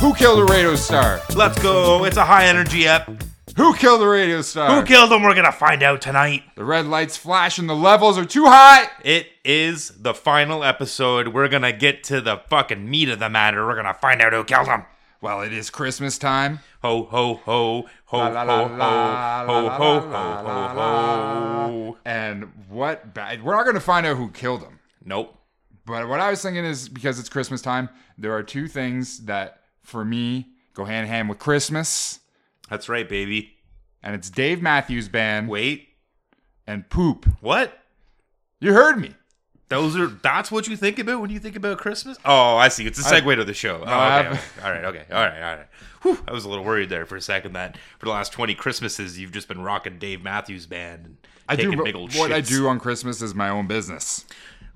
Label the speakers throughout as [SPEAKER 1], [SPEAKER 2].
[SPEAKER 1] Who killed the radio star?
[SPEAKER 2] Let's go. It's a high energy app.
[SPEAKER 1] Who killed the radio star?
[SPEAKER 2] Who killed him? We're going to find out tonight.
[SPEAKER 1] the red lights flash and the levels are too high.
[SPEAKER 2] It is the final episode. We're going to get to the fucking meat of the matter. We're going to find out who killed him.
[SPEAKER 1] Well, it is Christmas time.
[SPEAKER 2] Ho, ho, ho. Ho,
[SPEAKER 1] La, la,
[SPEAKER 2] ho, ho.
[SPEAKER 1] la,
[SPEAKER 2] Ho,
[SPEAKER 1] la,
[SPEAKER 2] ho,
[SPEAKER 1] la,
[SPEAKER 2] ho,
[SPEAKER 1] la, la, la,
[SPEAKER 2] ho, ho.
[SPEAKER 1] And what bad. We're not going to find out who killed him.
[SPEAKER 2] Nope.
[SPEAKER 1] But what I was thinking is because it's Christmas time, there are two things that for me go hand in hand with Christmas,
[SPEAKER 2] That's right, baby.
[SPEAKER 1] and it's Dave Matthews Band
[SPEAKER 2] Wait.
[SPEAKER 1] and poop.
[SPEAKER 2] What?
[SPEAKER 1] You heard me.
[SPEAKER 2] Those are that's what you think about when you think about Christmas. Oh, I see. It's a segue to the show. Oh,
[SPEAKER 1] I
[SPEAKER 2] okay,
[SPEAKER 1] have-
[SPEAKER 2] okay. All right. Okay. All right. All right. Whew, I was a little worried there for a second that for the last twenty Christmases you've just been rocking Dave Matthews Band and
[SPEAKER 1] I do
[SPEAKER 2] taking
[SPEAKER 1] but
[SPEAKER 2] big old
[SPEAKER 1] what I
[SPEAKER 2] shits.
[SPEAKER 1] do on Christmas is my own business.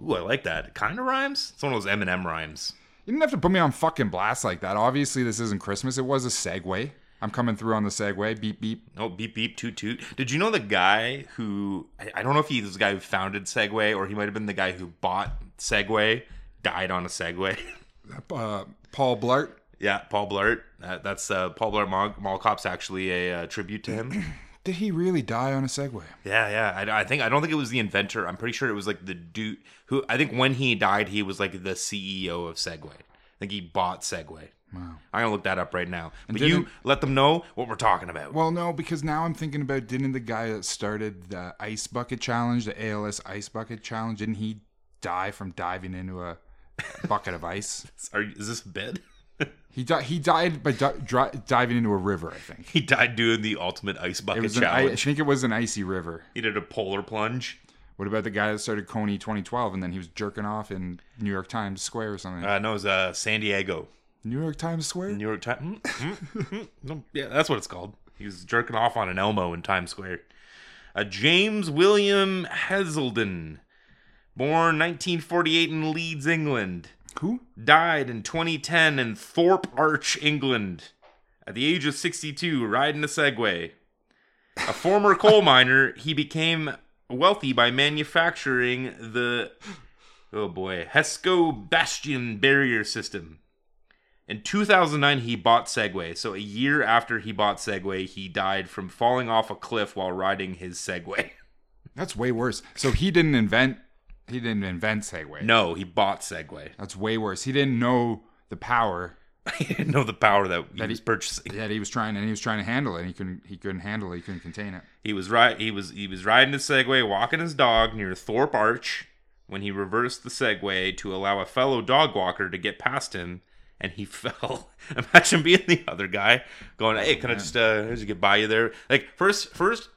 [SPEAKER 2] Ooh, I like that. Kind of rhymes. It's one of those Eminem rhymes.
[SPEAKER 1] You didn't have to put me on fucking blast like that. Obviously, this isn't Christmas. It was a segue. I'm coming through on the segue. Beep beep.
[SPEAKER 2] Oh, beep beep toot toot. Did you know the guy who I, I don't know if he was the guy who founded Segway or he might have been the guy who bought Segway died on a Segway.
[SPEAKER 1] Uh, Paul Blart.
[SPEAKER 2] yeah, Paul Blart. Uh, that's uh, Paul Blart Mall, Mall Cop's actually a uh, tribute to him.
[SPEAKER 1] Did he really die on a segue?
[SPEAKER 2] Yeah, yeah. I, I think I don't think it was the inventor. I'm pretty sure it was like the dude who I think when he died, he was like the CEO of Segway. I think he bought Segway. Wow. I'm gonna look that up right now. But you
[SPEAKER 1] didn't-
[SPEAKER 2] let them know what we're talking about.
[SPEAKER 1] Well, no, because now I'm thinking about didn't the guy that started the ice bucket challenge, the ALS ice bucket challenge, didn't he die from diving into a bucket of ice?
[SPEAKER 2] Are you- is this a bit?
[SPEAKER 1] He died. He died by di- dri- diving into a river. I think
[SPEAKER 2] he died doing the ultimate ice
[SPEAKER 1] it
[SPEAKER 2] bucket
[SPEAKER 1] was. An, I, I
[SPEAKER 2] challenge.
[SPEAKER 1] think it was an icy river.
[SPEAKER 2] he did a polar plunge.
[SPEAKER 1] What about the guy that started Coney 2012 and then he was jerking off in New York Times Square or something?
[SPEAKER 2] Uh, no, it was uh, San Diego,
[SPEAKER 1] New York Times Square.
[SPEAKER 2] New York Times. Hmm? yeah, that's what it's called. He was jerking off on an Elmo in Times Square. Uh, James William Heselden, born 1948 in Leeds, England.
[SPEAKER 1] Who?
[SPEAKER 2] died in 2010 in Thorpe Arch, England, at the age of 62, riding a Segway. A former coal miner, he became wealthy by manufacturing the oh boy, Hesco Bastion barrier system. In 2009, he bought Segway. So a year after he bought Segway, he died from falling off a cliff while riding his Segway.
[SPEAKER 1] That's way worse. So he didn't invent. He didn't invent Segway.
[SPEAKER 2] No, he bought Segway.
[SPEAKER 1] That's way worse. He didn't know the power
[SPEAKER 2] he didn't know the power that he
[SPEAKER 1] That he-
[SPEAKER 2] was purchasing.
[SPEAKER 1] that he was trying, and he was trying to handle it. And he couldn't. He couldn't handle it. He couldn't contain it.
[SPEAKER 2] He was right. He was he was riding his Segway, walking his dog near Thorpe Arch, when he reversed the Segway to allow a fellow dog walker to get past him, and he fell. Imagine being the other guy going, "Hey, can I just uh, can I just get by you there?" Like first, first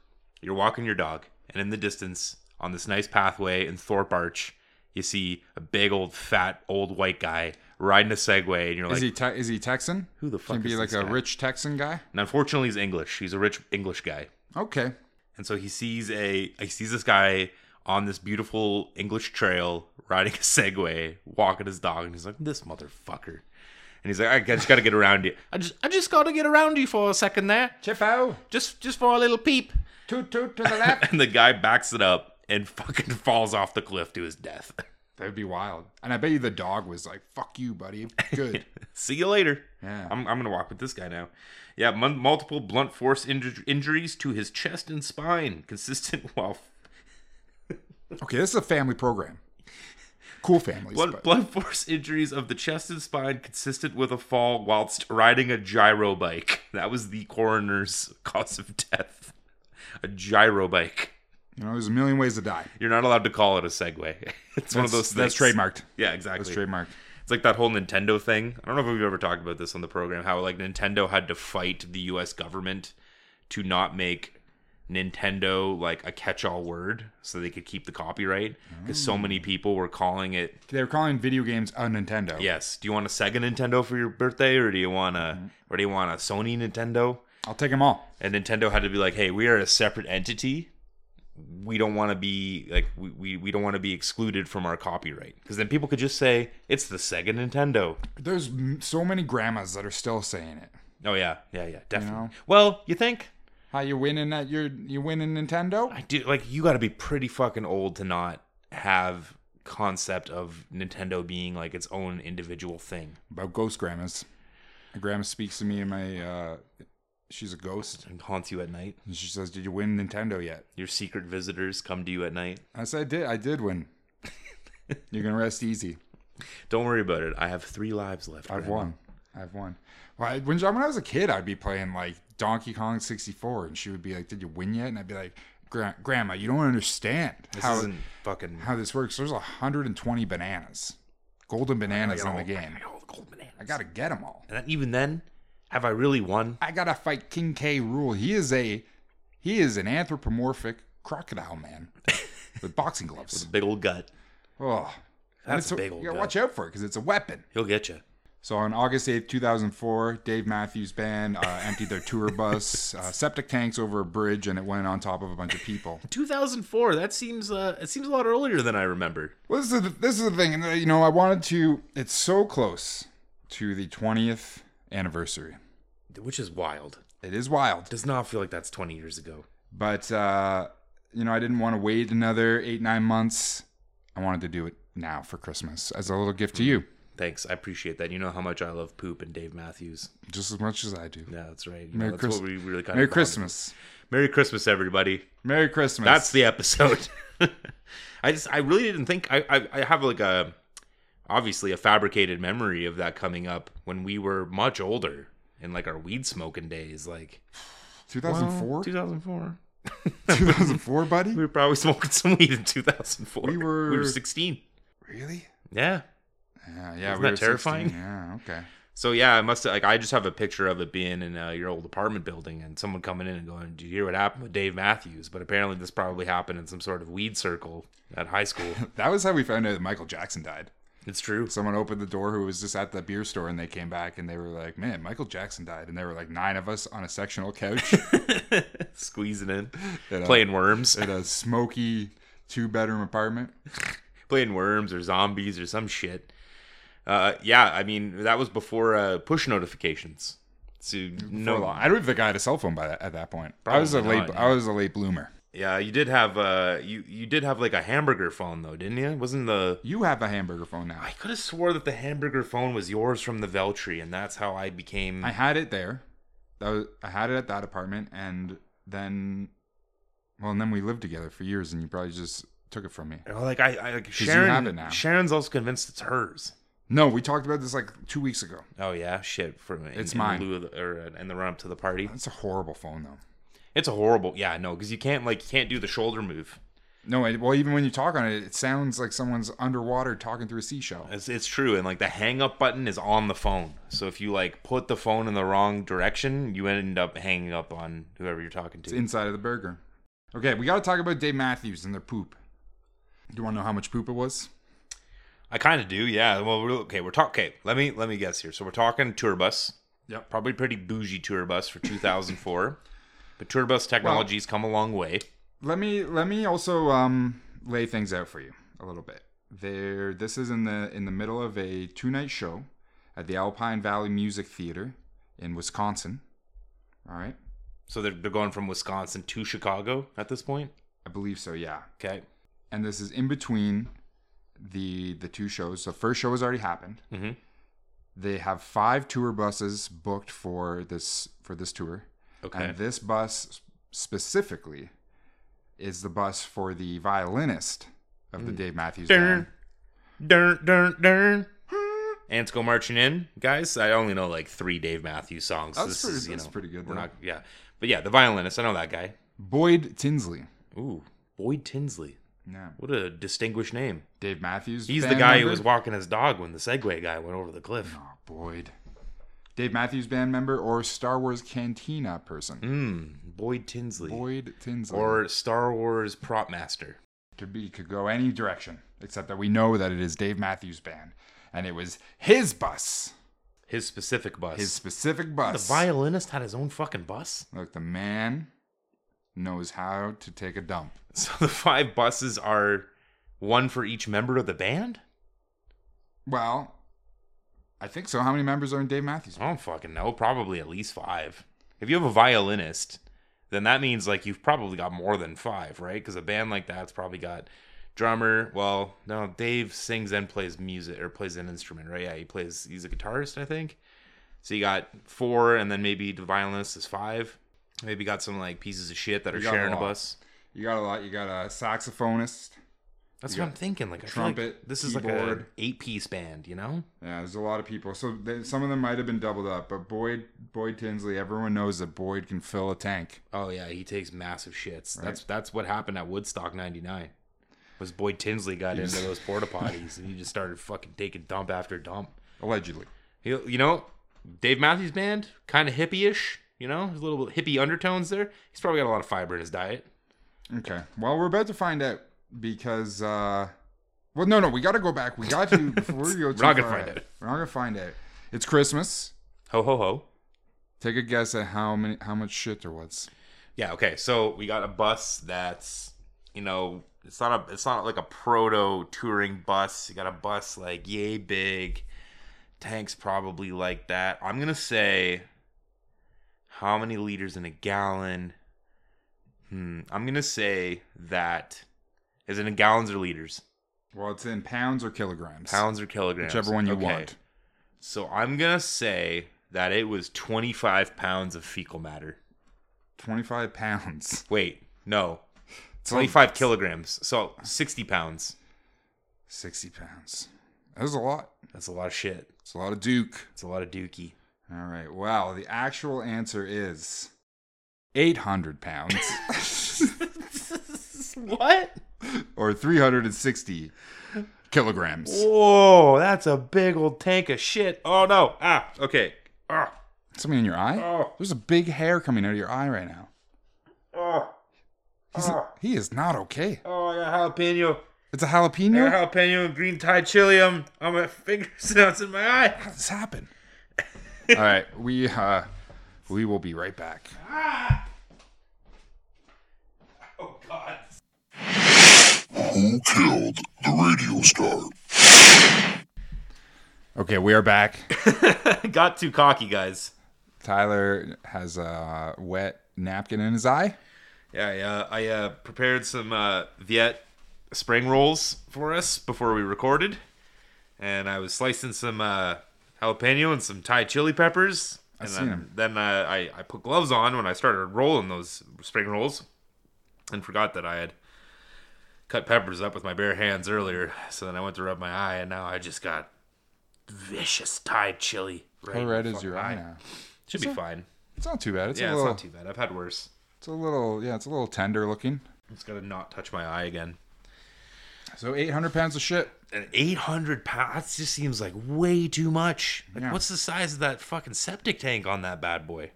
[SPEAKER 2] you're walking your dog, and in the distance, on this nice pathway in Thorpe Arch, you see a big old fat old white guy riding a Segway, and you're
[SPEAKER 1] Is
[SPEAKER 2] like,
[SPEAKER 1] he? Te- is he Texan?
[SPEAKER 2] "Who the fuck
[SPEAKER 1] Can
[SPEAKER 2] is
[SPEAKER 1] be like
[SPEAKER 2] this
[SPEAKER 1] a
[SPEAKER 2] guy?
[SPEAKER 1] rich Texan guy.
[SPEAKER 2] And unfortunately, he's English. He's a rich English guy.
[SPEAKER 1] Okay.
[SPEAKER 2] And so he sees a he sees this guy on this beautiful English trail riding a Segway, walking his dog, and he's like, "This motherfucker." And he's like, "I just gotta get around you. I just I just gotta get around you for a second there,
[SPEAKER 1] Chippo,
[SPEAKER 2] just just for a little peep."
[SPEAKER 1] toot toot to the left.
[SPEAKER 2] And the guy backs it up and fucking falls off the cliff to his death.
[SPEAKER 1] that would be wild. And I bet you the dog was like, "Fuck you, buddy. Good."
[SPEAKER 2] See you later.
[SPEAKER 1] Yeah.
[SPEAKER 2] I'm, I'm gonna walk with this guy now. Yeah, mun multiple blunt force inju- injuries to his chest and spine, consistent while
[SPEAKER 1] okay, this is a family program. Cool families.
[SPEAKER 2] Blood,
[SPEAKER 1] but-
[SPEAKER 2] blood force injuries of the chest and spine consistent with a fall whilst riding a gyro bike. That was the coroner's cause of death. A gyro bike.
[SPEAKER 1] you know, there's a million ways to die.
[SPEAKER 2] You're not allowed to call it a Segway. It's one of those
[SPEAKER 1] That's-
[SPEAKER 2] things.
[SPEAKER 1] that's trademarked.
[SPEAKER 2] Yeah, exactly.
[SPEAKER 1] That's trademarked.
[SPEAKER 2] It's like that whole Nintendo thing. I don't know if we've ever talked about this on the program. How like Nintendo had to fight the U.S. government to not make Nintendo like a catch-all word, so they could keep the copyright. Because so
[SPEAKER 1] Mm.
[SPEAKER 2] many people were calling it
[SPEAKER 1] They were calling video games a Nintendo.
[SPEAKER 2] Yes. Do you want a Sega Nintendo for your birthday, or do you want a, or do you want a Sony Nintendo?
[SPEAKER 1] I'll take them all.
[SPEAKER 2] And Nintendo had to be like, hey, we are a separate entity. We don't want to be like we, we, we don't want to be excluded from our copyright because then people could just say it's the Sega Nintendo.
[SPEAKER 1] There's m- so many grandmas that are still saying it.
[SPEAKER 2] Oh yeah, yeah, yeah, definitely.
[SPEAKER 1] know?
[SPEAKER 2] Well, you think
[SPEAKER 1] How you winning at your you winning Nintendo?
[SPEAKER 2] I do like you got to be pretty fucking old to not have concept of Nintendo being like its own individual thing.
[SPEAKER 1] About ghost grandmas. My grandma speaks to me and my uh she's a ghost.
[SPEAKER 2] It haunts you at night.
[SPEAKER 1] And she says, Did you win Nintendo yet?
[SPEAKER 2] Your secret visitors come to you at night.
[SPEAKER 1] I said I did I did win. You're gonna rest easy.
[SPEAKER 2] Don't worry about it. I have three lives left.
[SPEAKER 1] I've
[SPEAKER 2] Grandma.
[SPEAKER 1] won. I've won. Well, I, when, when I was a kid, I'd be playing like Donkey Kong 64, and she would be like, "Did you win yet?" And I'd be like, "Gra- "Grandma, you don't understand
[SPEAKER 2] This
[SPEAKER 1] how
[SPEAKER 2] isn't fucking.
[SPEAKER 1] how this works. There's 120 bananas, golden bananas in
[SPEAKER 2] all-
[SPEAKER 1] the game.
[SPEAKER 2] I got all the gold bananas.
[SPEAKER 1] I gotta get them all.
[SPEAKER 2] And then, even then, have I really won?
[SPEAKER 1] I gotta fight King K. Rule. He is a he is an anthropomorphic crocodile man with boxing gloves.
[SPEAKER 2] Big old gut.
[SPEAKER 1] Oh, And
[SPEAKER 2] That's
[SPEAKER 1] it's a-
[SPEAKER 2] a big old
[SPEAKER 1] You gotta
[SPEAKER 2] gut.
[SPEAKER 1] watch out for it because it's a weapon.
[SPEAKER 2] He'll get you.
[SPEAKER 1] So on August 8th, 2004, Dave Matthews Band uh, emptied their tour bus, uh, septic tanks over a bridge, and it went on top of a bunch of people.
[SPEAKER 2] 2004. That seems uh, it seems a lot earlier than I remember.
[SPEAKER 1] Well, this is the, this is the thing, and, uh, you know. I wanted to. It's so close to the 20th anniversary.
[SPEAKER 2] Which is wild.
[SPEAKER 1] It is wild,
[SPEAKER 2] Does not feel like that's 20 years ago.
[SPEAKER 1] but uh, you know, I didn't want to wait another eight nine months. I wanted to do it now for Christmas as a little gift to you,
[SPEAKER 2] Thanks, I appreciate that. You know how much I love poop and Dave Matthews.
[SPEAKER 1] just as much as I do.
[SPEAKER 2] Yeah, that's right. You know,
[SPEAKER 1] Merry
[SPEAKER 2] that's
[SPEAKER 1] Christ-
[SPEAKER 2] what we really kind
[SPEAKER 1] Merry
[SPEAKER 2] of
[SPEAKER 1] Christmas.
[SPEAKER 2] Merry Christmas, everybody.
[SPEAKER 1] Merry Christmas.
[SPEAKER 2] That's the episode. I just I really didn't think I, I I have like a obviously a fabricated memory of that coming up when we were much older in like our weed smoking days, like
[SPEAKER 1] 2004.
[SPEAKER 2] 2004.
[SPEAKER 1] 2004, buddy.
[SPEAKER 2] We were probably smoking some weed in 2004.
[SPEAKER 1] We were-
[SPEAKER 2] we were 16.
[SPEAKER 1] Really?
[SPEAKER 2] Yeah.
[SPEAKER 1] Yeah, yeah.
[SPEAKER 2] Isn't that
[SPEAKER 1] were 16,
[SPEAKER 2] terrifying?
[SPEAKER 1] Yeah, okay.
[SPEAKER 2] So yeah, I must like I just have a picture of it being in uh, your old apartment building and someone coming in and going, "Did you hear what happened with Dave Matthews?" But apparently, this probably happened in some sort of weed circle at high school.
[SPEAKER 1] That was how we found out that Michael Jackson died.
[SPEAKER 2] it's true.
[SPEAKER 1] Someone opened the door who was just at the beer store, and they came back and they were like, "Man, Michael Jackson died," and there were like nine of us on a sectional couch
[SPEAKER 2] Squeezing in,
[SPEAKER 1] It, uh,
[SPEAKER 2] playing worms,
[SPEAKER 1] in a smoky two-bedroom apartment.
[SPEAKER 2] playing worms or zombies or some shit. Uh, yeah, I mean that was before uh, push notifications. So
[SPEAKER 1] No,
[SPEAKER 2] no,
[SPEAKER 1] long. I don't even think I had a cell phone by that, at that point. I was a
[SPEAKER 2] Probably
[SPEAKER 1] late.
[SPEAKER 2] not,
[SPEAKER 1] I was a late bloomer.
[SPEAKER 2] yeah, you did have uh, you you did have like a hamburger phone though, didn't you? Wasn't the
[SPEAKER 1] You have a hamburger phone now.
[SPEAKER 2] I could have swore that the hamburger phone was yours from the Veltry, and that's how I became.
[SPEAKER 1] I had it there. That was, I had it at that apartment, and then, well, and then we lived together for years, and you probably just took it from me.
[SPEAKER 2] Or, oh, like I, I like
[SPEAKER 1] you
[SPEAKER 2] Sharon.
[SPEAKER 1] have it now.
[SPEAKER 2] Sharon's also convinced it's hers.
[SPEAKER 1] No, we talked about this like two weeks ago.
[SPEAKER 2] Oh yeah, shit. For in,
[SPEAKER 1] It's
[SPEAKER 2] in
[SPEAKER 1] mine.
[SPEAKER 2] lieu of the, or uh, in the run up to the party,
[SPEAKER 1] That's a horrible phone, though.
[SPEAKER 2] it's a horrible. Yeah, no, because you can't like you can't do the shoulder move.
[SPEAKER 1] No, it, well, even when you talk on it, it sounds like someone's underwater talking through a seashell.
[SPEAKER 2] It's, it's true, and like the hang up button is on the phone. So if you like put the phone in the wrong direction, you end up hanging up on whoever you're talking
[SPEAKER 1] It's
[SPEAKER 2] to.
[SPEAKER 1] inside of the burger. Okay, we got to talk about Dave Matthews and their poop. Do you want to know how much poop it was?
[SPEAKER 2] I kind of do. Yeah. Well, we're, okay, we're talking. Okay, let me let me guess here. So we're talking tour bus.
[SPEAKER 1] Yep.
[SPEAKER 2] probably pretty bougie tour bus for 2004. but tour bus technology's come a long way.
[SPEAKER 1] Let me let me also um, lay things out for you a little bit. There, this is in the in the middle of a two night show at the Alpine Valley Music Theater in Wisconsin. All right,
[SPEAKER 2] So they're, they're going from Wisconsin to Chicago at this point.
[SPEAKER 1] I believe so. Yeah,
[SPEAKER 2] Okay.
[SPEAKER 1] and this is in between the the two shows. The first show has already happened.
[SPEAKER 2] Mhm.
[SPEAKER 1] They have five tour buses booked for this for this tour,
[SPEAKER 2] Okay.
[SPEAKER 1] and this bus specifically is the bus for the violinist of the Dave Matthews Band.
[SPEAKER 2] Hmm. Dun, dun, dun, dun.
[SPEAKER 1] Hmm.
[SPEAKER 2] Ants go marching in, guys. I only know like three Dave Matthews songs.
[SPEAKER 1] That's
[SPEAKER 2] this
[SPEAKER 1] pretty-
[SPEAKER 2] is you
[SPEAKER 1] that's
[SPEAKER 2] know
[SPEAKER 1] pretty good,
[SPEAKER 2] We're
[SPEAKER 1] though.
[SPEAKER 2] not, yeah, but yeah, the violinist. I know that guy.
[SPEAKER 1] Boyd Tinsley.
[SPEAKER 2] Ooh, Boyd Tinsley.
[SPEAKER 1] Yeah,
[SPEAKER 2] What a distinguished name.
[SPEAKER 1] Dave Matthews.
[SPEAKER 2] He's the
[SPEAKER 1] Band
[SPEAKER 2] guy who
[SPEAKER 1] member?
[SPEAKER 2] was walking his dog when the Segway guy went over the cliff.
[SPEAKER 1] Oh, Boyd. Dave Matthews Band member or Star Wars Cantina person.
[SPEAKER 2] Mm, Boyd Tinsley,
[SPEAKER 1] Boyd Tinsley.
[SPEAKER 2] or Star Wars prop master.
[SPEAKER 1] could be could go any direction except that we know that it is Dave Matthews Band, and it was his bus,
[SPEAKER 2] His specific bus.
[SPEAKER 1] his specific
[SPEAKER 2] the
[SPEAKER 1] bus.
[SPEAKER 2] violinist had his own fucking bus.
[SPEAKER 1] Look, the man knows how to take a dump.
[SPEAKER 2] So the five buses are one for each member of the band?
[SPEAKER 1] Well, I think so. How many members are in Dave Matthews?
[SPEAKER 2] I don't fucking know. Probably at least five. If you have a violinist, then that means like you've probably got more than five, right? Because a band like that's probably got drummer. Well, no, Dave sings and plays music or plays an instrument, right? Yeah, he plays. He's a guitarist, I think. So you got four, and then maybe the violinist is five. Maybe got some like pieces of shit that are
[SPEAKER 1] You got a
[SPEAKER 2] sharing a
[SPEAKER 1] lot.
[SPEAKER 2] bus.
[SPEAKER 1] You got a lot. You got a saxophonist.
[SPEAKER 2] That's
[SPEAKER 1] You
[SPEAKER 2] what
[SPEAKER 1] got
[SPEAKER 2] I'm thinking. Like I feel like
[SPEAKER 1] trumpet,
[SPEAKER 2] this is like an
[SPEAKER 1] keyboard.
[SPEAKER 2] eight-piece band, you know?
[SPEAKER 1] Yeah, there's a lot of people. So they, some of them might have been doubled up, but Boyd Boyd Tinsley. Everyone knows that Boyd can fill a tank.
[SPEAKER 2] Oh yeah, he takes massive shits. That's that's what happened at Woodstock '99. Was Boyd Tinsley got into those porta potties and he just started fucking taking dump after dump.
[SPEAKER 1] Allegedly,
[SPEAKER 2] He, you know, Dave Matthews Band, kind of hippie-ish. You know, there's a little hippie undertones there. He's probably got a lot of fiber in his diet.
[SPEAKER 1] Okay. Well, we're about to find out because. uh Well, no, no, we got to go back. We got to before we go. Too
[SPEAKER 2] not gonna
[SPEAKER 1] far
[SPEAKER 2] find out.
[SPEAKER 1] We're not gonna find out. It's Christmas.
[SPEAKER 2] Ho ho ho.
[SPEAKER 1] Take a guess at how many, how much shit there was.
[SPEAKER 2] Yeah. Okay. So we got a bus that's, you know, it's not a, it's not like a proto touring bus. You got a bus like yay big, tanks probably like that. I'm gonna say, how many liters in a gallon? Hmm. I'm gonna say that is it in gallons or liters,
[SPEAKER 1] Well, it's in pounds or kilograms.
[SPEAKER 2] pounds or kilograms,
[SPEAKER 1] whichever one you
[SPEAKER 2] Okay.
[SPEAKER 1] want.
[SPEAKER 2] So I'm gonna say that it was 25 pounds of fecal matter.
[SPEAKER 1] Twenty-five pounds.
[SPEAKER 2] Wait, no,
[SPEAKER 1] It's
[SPEAKER 2] 25 kilograms. So 60 pounds.
[SPEAKER 1] Sixty pounds. That's a lot.
[SPEAKER 2] That's a lot of shit.
[SPEAKER 1] It's a lot of Duke.
[SPEAKER 2] It's a lot of dookie.
[SPEAKER 1] All right. Well, the actual answer is eight hundred pounds
[SPEAKER 2] what?
[SPEAKER 1] or three hundred and sixty kilograms.
[SPEAKER 2] Whoa, that's a big old tank of shit. Oh no. Ah, okay. Ah,
[SPEAKER 1] Something in your eye?
[SPEAKER 2] Oh.
[SPEAKER 1] There's a big hair coming out of your eye right now.
[SPEAKER 2] oh,
[SPEAKER 1] He's he is not okay.
[SPEAKER 2] oh, I got jalapeno.
[SPEAKER 1] It's a
[SPEAKER 2] I
[SPEAKER 1] jalapeno.
[SPEAKER 2] got jalapeno and green Thai chili on, on my fingers and it's in my eye.
[SPEAKER 1] How did this happen? All right, we uh, we will be right back.
[SPEAKER 2] Ah. Oh god.
[SPEAKER 3] Who killed the radio star?
[SPEAKER 1] Okay, we are back.
[SPEAKER 2] got too cocky, guys.
[SPEAKER 1] Tyler has a wet napkin in his eye.
[SPEAKER 2] Yeah, I, uh, I uh, prepared some uh, Viet spring rolls for us before we recorded, and I was slicing some uh, jalapeno and some Thai chili peppers. And
[SPEAKER 1] seen
[SPEAKER 2] then,
[SPEAKER 1] 'em.
[SPEAKER 2] then uh, I, I put gloves on when I started rolling those spring rolls, and forgot that I had cut peppers up with my bare hands earlier. So then I went to rub my eye, and now I just got vicious Thai chili. Right
[SPEAKER 1] How
[SPEAKER 2] in
[SPEAKER 1] red
[SPEAKER 2] my
[SPEAKER 1] is your
[SPEAKER 2] fucking
[SPEAKER 1] eye now?
[SPEAKER 2] Should be fine.
[SPEAKER 1] It's not too bad. It's
[SPEAKER 2] Yeah,
[SPEAKER 1] a
[SPEAKER 2] it's
[SPEAKER 1] little.
[SPEAKER 2] not too bad. I've had worse.
[SPEAKER 1] it's a little. Yeah, it's a little tender looking.
[SPEAKER 2] I'm just gonna not touch my eye again.
[SPEAKER 1] So 800 pounds of shit.
[SPEAKER 2] an 800 pound that just seems like way too much like
[SPEAKER 1] Yeah.
[SPEAKER 2] what's the size of that fucking septic tank on that bad boy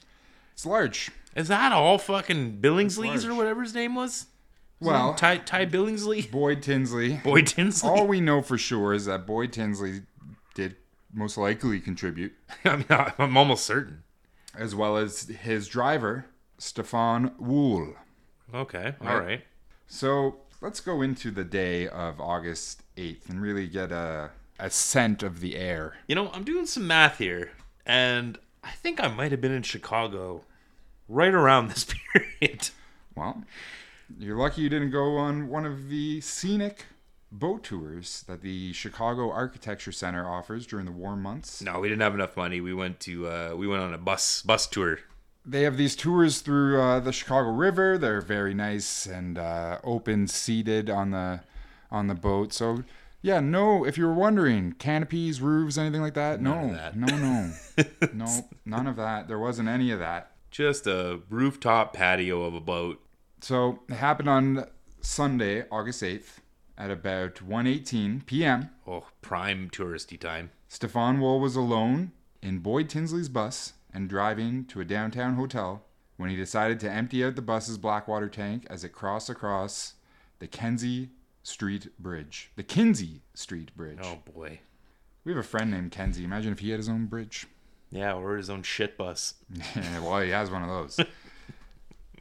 [SPEAKER 1] It's large.
[SPEAKER 2] is that all fucking billingsley's
[SPEAKER 1] That's
[SPEAKER 2] or
[SPEAKER 1] large.
[SPEAKER 2] whatever his name was
[SPEAKER 1] Well,
[SPEAKER 2] ty, ty billingsley
[SPEAKER 1] Boyd Tinsley.
[SPEAKER 2] boy tinsley
[SPEAKER 1] All we know for sure is that Boyd Tinsley did most likely contribute,
[SPEAKER 2] i mean I- i'm almost certain
[SPEAKER 1] as well as his driver, Stefan Wool.
[SPEAKER 2] okay all
[SPEAKER 1] Right.
[SPEAKER 2] right
[SPEAKER 1] So let's go into the day of August 8th and really get a, a scent of the air.
[SPEAKER 2] you know i'm doing some math here and i think i might have been in chicago right around this period
[SPEAKER 1] Well, you're lucky you didn't go on one of the scenic boat tours that the Chicago Architecture Center offers during the warm months.
[SPEAKER 2] no we didn't have enough money we went to uh we went on a bus bus tour
[SPEAKER 1] they have these tours through uh, the Chicago River. They're very nice and uh, open seated on the on the boat. So yeah, no. If you were wondering, canopies, roofs, anything like that, no,
[SPEAKER 2] that.
[SPEAKER 1] no, no, no, none of that. There wasn't any of that.
[SPEAKER 2] just a rooftop patio of a boat
[SPEAKER 1] So it happened on Sunday, August eighth, at about 1.18 p.m.
[SPEAKER 2] Oh, prime touristy time.
[SPEAKER 1] Stefan Wool was alone in Boyd Tinsley's bus and driving to a downtown hotel when he decided to empty out the bus's blackwater tank as it crossed across the Kenzie Street Bridge. The Kinsey Street Bridge.
[SPEAKER 2] Oh boy.
[SPEAKER 1] We have a friend named Kenzie. Imagine if he had his own bridge.
[SPEAKER 2] Yeah, or his own shit bus.
[SPEAKER 1] well, he has one of those.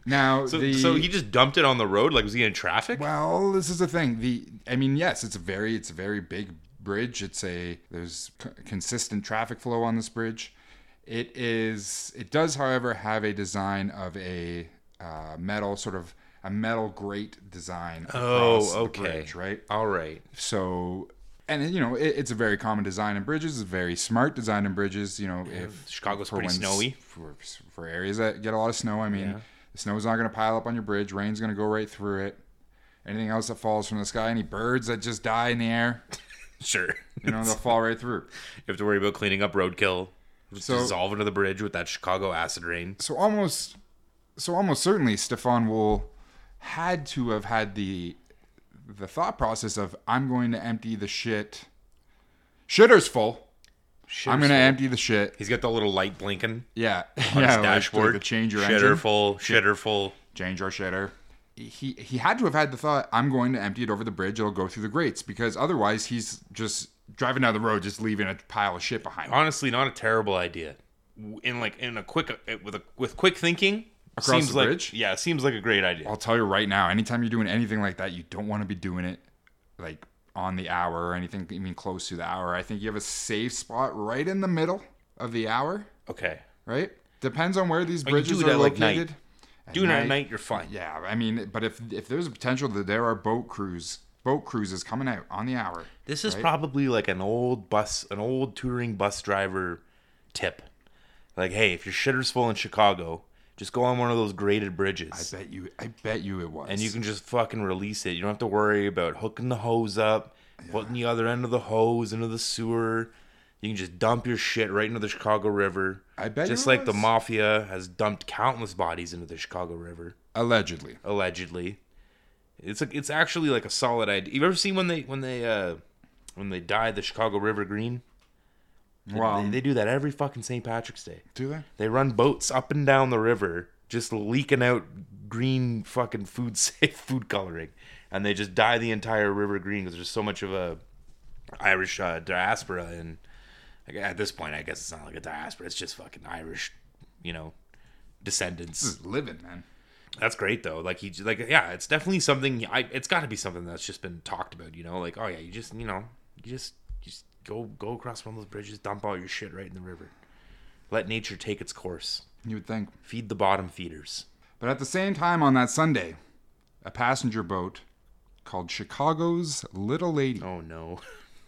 [SPEAKER 1] now,
[SPEAKER 2] So,
[SPEAKER 1] the,
[SPEAKER 2] so he just dumped it on the road. Like, was he in traffic?
[SPEAKER 1] Well, this is the thing. The I mean, yes, it's a very it's a very big bridge. It's a there's c- consistent traffic flow on this bridge. It is it does however have a design of a uh, metal sort of a metal grate design
[SPEAKER 2] Oh,
[SPEAKER 1] across
[SPEAKER 2] okay.
[SPEAKER 1] the bridge, right?
[SPEAKER 2] All right.
[SPEAKER 1] So, and you know, it, it's a very common design in bridges. It's a very smart design in bridges. You know, if
[SPEAKER 2] Chicago's pretty
[SPEAKER 1] when s-
[SPEAKER 2] snowy.
[SPEAKER 1] for, for areas that get a lot of snow. I mean,
[SPEAKER 2] Yeah.
[SPEAKER 1] the snow's not going to pile up on your bridge. Rain's going to go right through it. Anything else that falls from the sky, any birds that just die in the air,
[SPEAKER 2] Sure.
[SPEAKER 1] you know, they'll fall right through.
[SPEAKER 2] You have to worry about cleaning up roadkill. Just
[SPEAKER 1] So-
[SPEAKER 2] dissolve into the bridge with that Chicago acid rain.
[SPEAKER 1] So almost, so almost certainly, Stefan Wool had to have had the the thought process of I'm going to empty the shit. Shitter's full. I'm going to empty the shit.
[SPEAKER 2] He's got the little light blinking
[SPEAKER 1] Yeah, yeah,
[SPEAKER 2] on his
[SPEAKER 1] like-
[SPEAKER 2] dashboard.
[SPEAKER 1] Like the change your
[SPEAKER 2] shitter
[SPEAKER 1] engine,
[SPEAKER 2] full, shitter full.
[SPEAKER 1] change our shitter. He he had to have had the thought, I'm going to empty it over the bridge. It'll go through the grates because otherwise he's just driving down the road, just leaving a pile of shit behind.
[SPEAKER 2] Honestly, not a terrible idea. W- In like in a quick uh, with a with quick thinking
[SPEAKER 1] Across
[SPEAKER 2] seems
[SPEAKER 1] the
[SPEAKER 2] like
[SPEAKER 1] bridge? Oh.
[SPEAKER 2] yeah, seems like a great idea.
[SPEAKER 1] I'll tell you right now, anytime you're doing anything like that, you don't want to be doing it like on the hour or anything even close to the hour. I think you have a safe spot right in the middle of the hour,
[SPEAKER 2] Okay,
[SPEAKER 1] right? Depends on where these
[SPEAKER 2] you
[SPEAKER 1] bridges
[SPEAKER 2] do it
[SPEAKER 1] are
[SPEAKER 2] at, like,
[SPEAKER 1] located.
[SPEAKER 2] night.
[SPEAKER 1] At
[SPEAKER 2] do it at
[SPEAKER 1] night.
[SPEAKER 2] night. You're fine.
[SPEAKER 1] Yeah, I mean, but if if there's a potential that there are boat crews, boat cruises coming out on the hour,
[SPEAKER 2] This is probably like an old bus, an old touring bus driver tip. Like, hey, if your shitter's full in Chicago, just go on one of those graded
[SPEAKER 1] I
[SPEAKER 2] bridges,
[SPEAKER 1] bet you, I bet you it was.
[SPEAKER 2] and you can just fucking release it. You don't have to worry about hooking the hose up, putting the other end of the hose into the sewer. You can just dump your shit right into the Chicago River.
[SPEAKER 1] I bet
[SPEAKER 2] Just
[SPEAKER 1] you it
[SPEAKER 2] like the
[SPEAKER 1] was.
[SPEAKER 2] mafia has dumped countless bodies into the Chicago River,
[SPEAKER 1] allegedly.
[SPEAKER 2] allegedly. It's like it's actually like a solid idea. You've ever seen when they when they uh when they dye the Chicago River green?
[SPEAKER 1] Well, Um,
[SPEAKER 2] They, they do that every fucking St. Patrick's Day.
[SPEAKER 1] do they?
[SPEAKER 2] They run boats up and down the river, just leaking out green fucking food safe food coloring, and they just dye the entire river green because there's so much of a Irish uh, diaspora. And like, at this point, I guess it's not like a diaspora; it's just fucking Irish, you know, descendants.
[SPEAKER 1] This is living, man.
[SPEAKER 2] That's great though. Like he, j- like yeah, it's definitely something. I, it's got to be something that's just been talked about. You know, like oh yeah, you just you know, you just just go go across one of those bridges, dump all your shit right in the river, let nature take its course,
[SPEAKER 1] You would think.
[SPEAKER 2] feed the bottom feeders.
[SPEAKER 1] But at the same time on that Sunday, a passenger boat called Chicago's Little Lady
[SPEAKER 2] Oh no,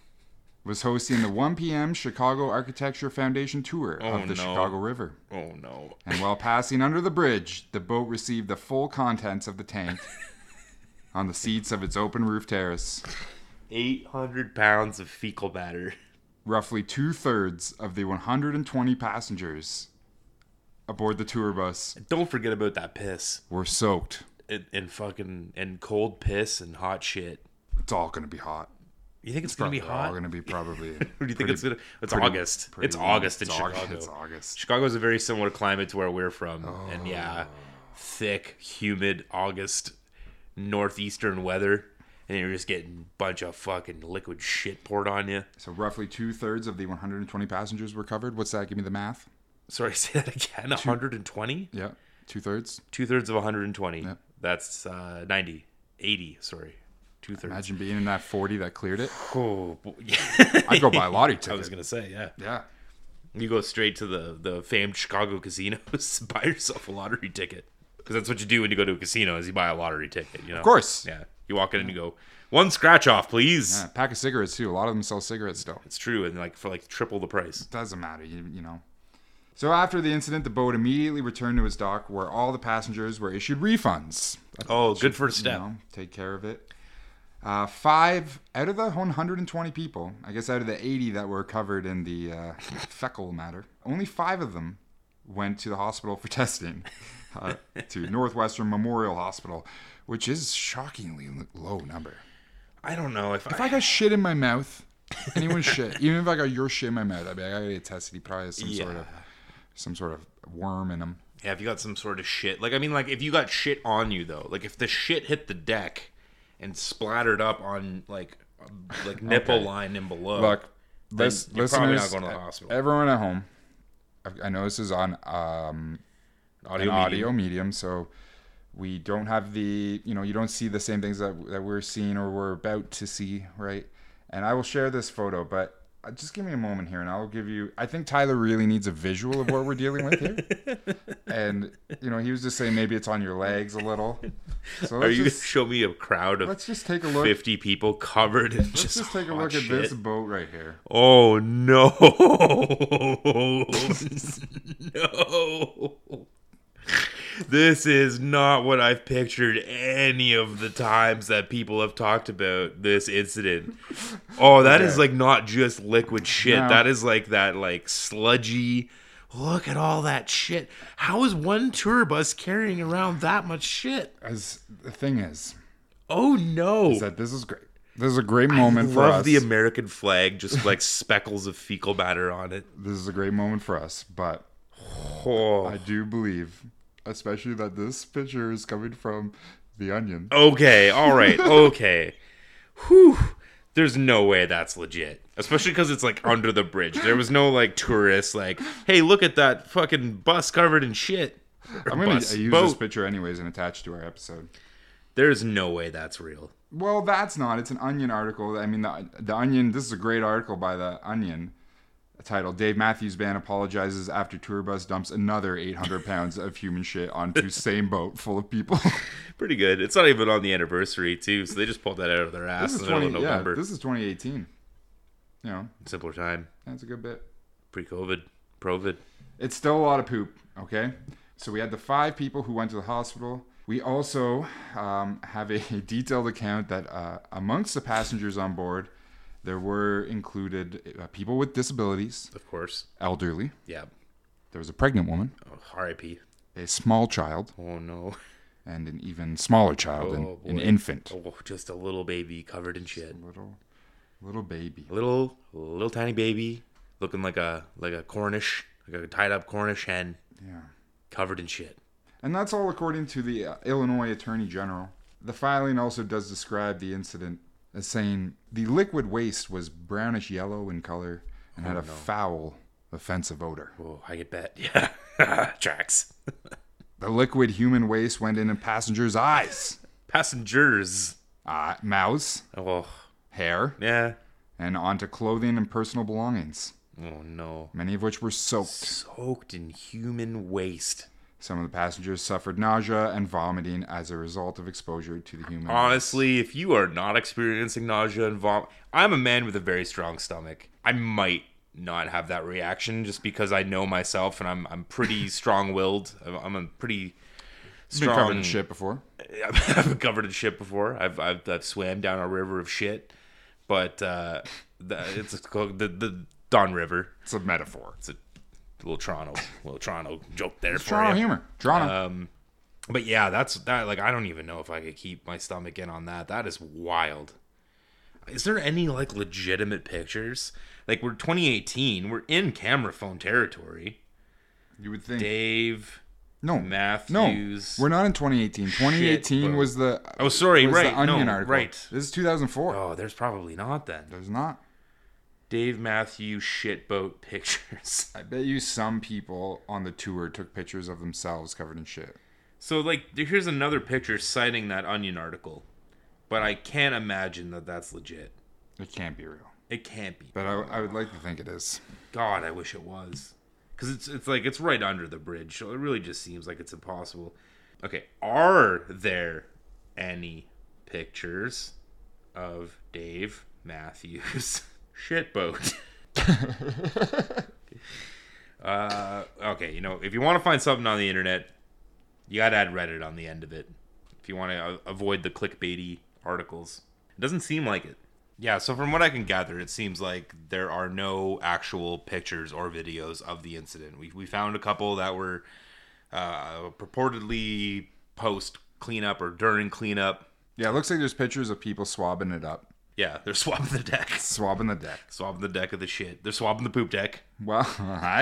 [SPEAKER 1] was hosting the 1 p.m. Chicago Architecture Foundation tour
[SPEAKER 2] Oh,
[SPEAKER 1] of the
[SPEAKER 2] no.
[SPEAKER 1] Chicago River.
[SPEAKER 2] oh no.
[SPEAKER 1] And while passing under the bridge, the boat received the full contents of the tank on the seats of its open roof terrace.
[SPEAKER 2] Eight hundred pounds of fecal matter.
[SPEAKER 1] Roughly two thirds of the 120 passengers aboard the tour bus
[SPEAKER 2] Don't forget about that piss
[SPEAKER 1] were soaked.
[SPEAKER 2] and, and fucking and cold piss and hot shit.
[SPEAKER 1] It's all going to be hot.
[SPEAKER 2] You think it's, gonna be
[SPEAKER 1] They're all
[SPEAKER 2] hot?
[SPEAKER 1] going to be probably.
[SPEAKER 2] Or do you think it's gonna? It's
[SPEAKER 1] pretty-
[SPEAKER 2] August.
[SPEAKER 1] pretty
[SPEAKER 2] it's
[SPEAKER 1] warm.
[SPEAKER 2] August in
[SPEAKER 1] It's August-
[SPEAKER 2] Chicago.
[SPEAKER 1] it's August.
[SPEAKER 2] Chicago's a very similar climate to where we're from,
[SPEAKER 1] Oh.
[SPEAKER 2] and yeah, thick, humid August northeastern weather, and you're just getting a bunch of fucking liquid shit poured on you.
[SPEAKER 1] So roughly two thirds of the 120 passengers were covered. What's that? Give me the math.
[SPEAKER 2] Sorry, say that again. 120,
[SPEAKER 1] Yeah, two thirds.
[SPEAKER 2] two thirds of 120. That's uh, 90, 80. Sorry, two thirds.
[SPEAKER 1] Imagine being in that 40 that cleared it.
[SPEAKER 2] Oh, boy.
[SPEAKER 1] I'd go buy a lottery ticket.
[SPEAKER 2] I was gonna say yeah.
[SPEAKER 1] yeah.
[SPEAKER 2] You go straight to the the famed Chicago casinos, buy yourself a lottery ticket because that's what you do when you go to a casino is you buy a lottery ticket. You know, of
[SPEAKER 1] course.
[SPEAKER 2] yeah. You walk in and you go one scratch off, please.
[SPEAKER 1] yeah. Pack of cigarettes too. A lot of them sell cigarettes still.
[SPEAKER 2] It's true, and like for like triple the price.
[SPEAKER 1] Doesn't matter. You, you know. So after the incident, the boat immediately returned to its dock, where all the passengers were issued refunds.
[SPEAKER 2] Oh, good first
[SPEAKER 1] You
[SPEAKER 2] step.
[SPEAKER 1] know, take care of it. Uh, five out of the 120 people, I guess out of the 80 that were covered in the uh, fecal matter, only five of them went to the hospital for testing, uh, to Northwestern Memorial Hospital, which is shockingly l- low number.
[SPEAKER 2] I don't know if,
[SPEAKER 1] If
[SPEAKER 2] I,
[SPEAKER 1] I got shit in my mouth, anyone's shit, even if I got your shit in my mouth, I'd be like, I gotta get tested. He probably has some sort of some sort of worm in him.
[SPEAKER 2] yeah, if you got some sort of shit. Like I mean, like if you got shit on you though, like if the shit hit the deck and splattered up on like um, like nipple line and below.
[SPEAKER 1] Look, this,
[SPEAKER 2] you're probably not
[SPEAKER 1] listeners,
[SPEAKER 2] going to the hospital.
[SPEAKER 1] Everyone at home, I- I know this is on um,
[SPEAKER 2] audio,
[SPEAKER 1] an
[SPEAKER 2] medium.
[SPEAKER 1] audio medium, so we don't have the you know you don't see the same things that that we're seeing or we're about to see, right? And I will share this photo, but uh, just give me a moment here, and I'll give you. I think Tyler really needs a visual of what we're dealing with here. and you know, he was just saying maybe it's on your legs a little. So
[SPEAKER 2] Are
[SPEAKER 1] let's
[SPEAKER 2] you going to
[SPEAKER 1] just,
[SPEAKER 2] show me a crowd of
[SPEAKER 1] let's just take a look.
[SPEAKER 2] 50 people covered in
[SPEAKER 1] Let's
[SPEAKER 2] just,
[SPEAKER 1] just take a
[SPEAKER 2] hot
[SPEAKER 1] look at
[SPEAKER 2] shit?
[SPEAKER 1] this boat right here.
[SPEAKER 2] Oh no. no. This is not what I've pictured any of the times that people have talked about this incident. Oh, that is
[SPEAKER 1] Okay.
[SPEAKER 2] like not just liquid shit.
[SPEAKER 1] No.
[SPEAKER 2] That is like that like sludgy Look at all that shit. How is one tour bus carrying around that much shit?
[SPEAKER 1] As the thing is,
[SPEAKER 2] Oh no.
[SPEAKER 1] is that this is great. This is a great moment for
[SPEAKER 2] Love
[SPEAKER 1] us.
[SPEAKER 2] the American flag, just like speckles of fecal matter on it.
[SPEAKER 1] this is a great moment for us, but
[SPEAKER 2] Oh.
[SPEAKER 1] I do believe, especially that this picture is coming from the Onion.
[SPEAKER 2] Oh, Okay, all right, okay. Whew. There's no way that's legit. Especially because it's like under the bridge. There was no like tourists like, hey, look at that fucking bus covered in shit. Or
[SPEAKER 1] I'm gonna
[SPEAKER 2] bus,
[SPEAKER 1] use
[SPEAKER 2] boat.
[SPEAKER 1] this picture anyways and attach it to our episode.
[SPEAKER 2] There's no way that's real.
[SPEAKER 1] Well, that's not. It's an Onion article. I mean, the, the Onion. This is a great article by the Onion, titled "Dave Matthews Band Apologizes After Tour Bus Dumps Another 800 Pounds of Human Shit Onto Same Boat Full of People."
[SPEAKER 2] Pretty good. It's not even on the anniversary too, so they just pulled that out of their ass
[SPEAKER 1] this is
[SPEAKER 2] in the middle
[SPEAKER 1] 20.
[SPEAKER 2] of
[SPEAKER 1] Yeah,
[SPEAKER 2] November.
[SPEAKER 1] this is 2018. You know,
[SPEAKER 2] Simpler time.
[SPEAKER 1] that's a good bit.
[SPEAKER 2] Pre COVID. Provid.
[SPEAKER 1] It's still a lot of poop. Okay, so we had the five people who went to the hospital. We also um, have a detailed account that uh, amongst the passengers on board, there were included uh, people with disabilities,
[SPEAKER 2] Of course.
[SPEAKER 1] elderly.
[SPEAKER 2] Yeah.
[SPEAKER 1] There was a pregnant woman,
[SPEAKER 2] Oh, R.I.P.
[SPEAKER 1] a small child,
[SPEAKER 2] Oh no.
[SPEAKER 1] and an even smaller child,
[SPEAKER 2] Oh,
[SPEAKER 1] an, an
[SPEAKER 2] boy.
[SPEAKER 1] infant.
[SPEAKER 2] Oh, just a little baby covered in shit.
[SPEAKER 1] Little, little baby.
[SPEAKER 2] little little tiny baby looking like a like a cornish like a tied up cornish hen
[SPEAKER 1] Yeah.
[SPEAKER 2] covered in shit
[SPEAKER 1] And that's all according to the uh, Illinois Attorney General. The filing also does describe the incident as saying the liquid waste was brownish yellow in color and had a foul, offensive odor.
[SPEAKER 2] oh i could bet yeah tracks
[SPEAKER 1] The liquid human waste went into passengers' eyes,
[SPEAKER 2] passengers
[SPEAKER 1] uh, mouths,
[SPEAKER 2] oh
[SPEAKER 1] hair,
[SPEAKER 2] yeah
[SPEAKER 1] and onto clothing and personal belongings,
[SPEAKER 2] oh no
[SPEAKER 1] many of which were soaked.
[SPEAKER 2] soaked in human waste
[SPEAKER 1] Some of the passengers suffered nausea and vomiting as a result of exposure to the human.
[SPEAKER 2] honestly if you are not experiencing nausea and vom i'm a man with a very strong stomach i might not have that reaction just because i know myself and i'm i'm pretty strong-willed i'm, I'm a pretty
[SPEAKER 1] been
[SPEAKER 2] strong
[SPEAKER 1] covered in shit before.
[SPEAKER 2] I've been covered in shit before. I've I've, I've swam down a river of shit, but uh, the, it's called the the Don River.
[SPEAKER 1] It's a metaphor.
[SPEAKER 2] It's a little Toronto, little Toronto joke there for
[SPEAKER 1] Toronto
[SPEAKER 2] you.
[SPEAKER 1] humor. Toronto.
[SPEAKER 2] Um, But yeah, that's that. Like I don't even know if I could keep my stomach in on that. That is wild. Is there any like legitimate pictures? Like we're 2018. We're in camera phone territory.
[SPEAKER 1] you would think.
[SPEAKER 2] Dave.
[SPEAKER 1] no, No,
[SPEAKER 2] Matthews.
[SPEAKER 1] we're not in 2018. 2018
[SPEAKER 2] bro.
[SPEAKER 1] was the
[SPEAKER 2] Oh, sorry.
[SPEAKER 1] was
[SPEAKER 2] Right.
[SPEAKER 1] the Onion
[SPEAKER 2] no.
[SPEAKER 1] article.
[SPEAKER 2] Right.
[SPEAKER 1] This is 2004.
[SPEAKER 2] Oh, there's probably not then.
[SPEAKER 1] There's not.
[SPEAKER 2] Dave Matthew shitboat pictures.
[SPEAKER 1] I bet you some people on the tour took pictures of themselves covered in shit.
[SPEAKER 2] So like here's another picture citing that Onion article, but I can't imagine that that's legit.
[SPEAKER 1] It can't be real,
[SPEAKER 2] It can't be.
[SPEAKER 1] but I, I would like to think it is.
[SPEAKER 2] God, I wish it was, because it's it's like it's right under the bridge, so it really just seems like it's impossible. Okay, are there any pictures of Dave Matthews shitboat? uh, okay, you know if you want to find something on the internet, you gotta add Reddit on the end of it. If you want to avoid the clickbaity articles, it doesn't seem like it. Yeah, so from what I can gather, it seems like there are no actual pictures or videos of the incident. We, we found a couple that were uh, purportedly post cleanup or during cleanup.
[SPEAKER 1] Yeah, it looks like there's pictures of people swabbing it up,
[SPEAKER 2] Yeah, they're swabbing the deck.
[SPEAKER 1] swabbing the deck.
[SPEAKER 2] swabbing the deck of the shit. They're swabbing the poop deck.
[SPEAKER 1] Well,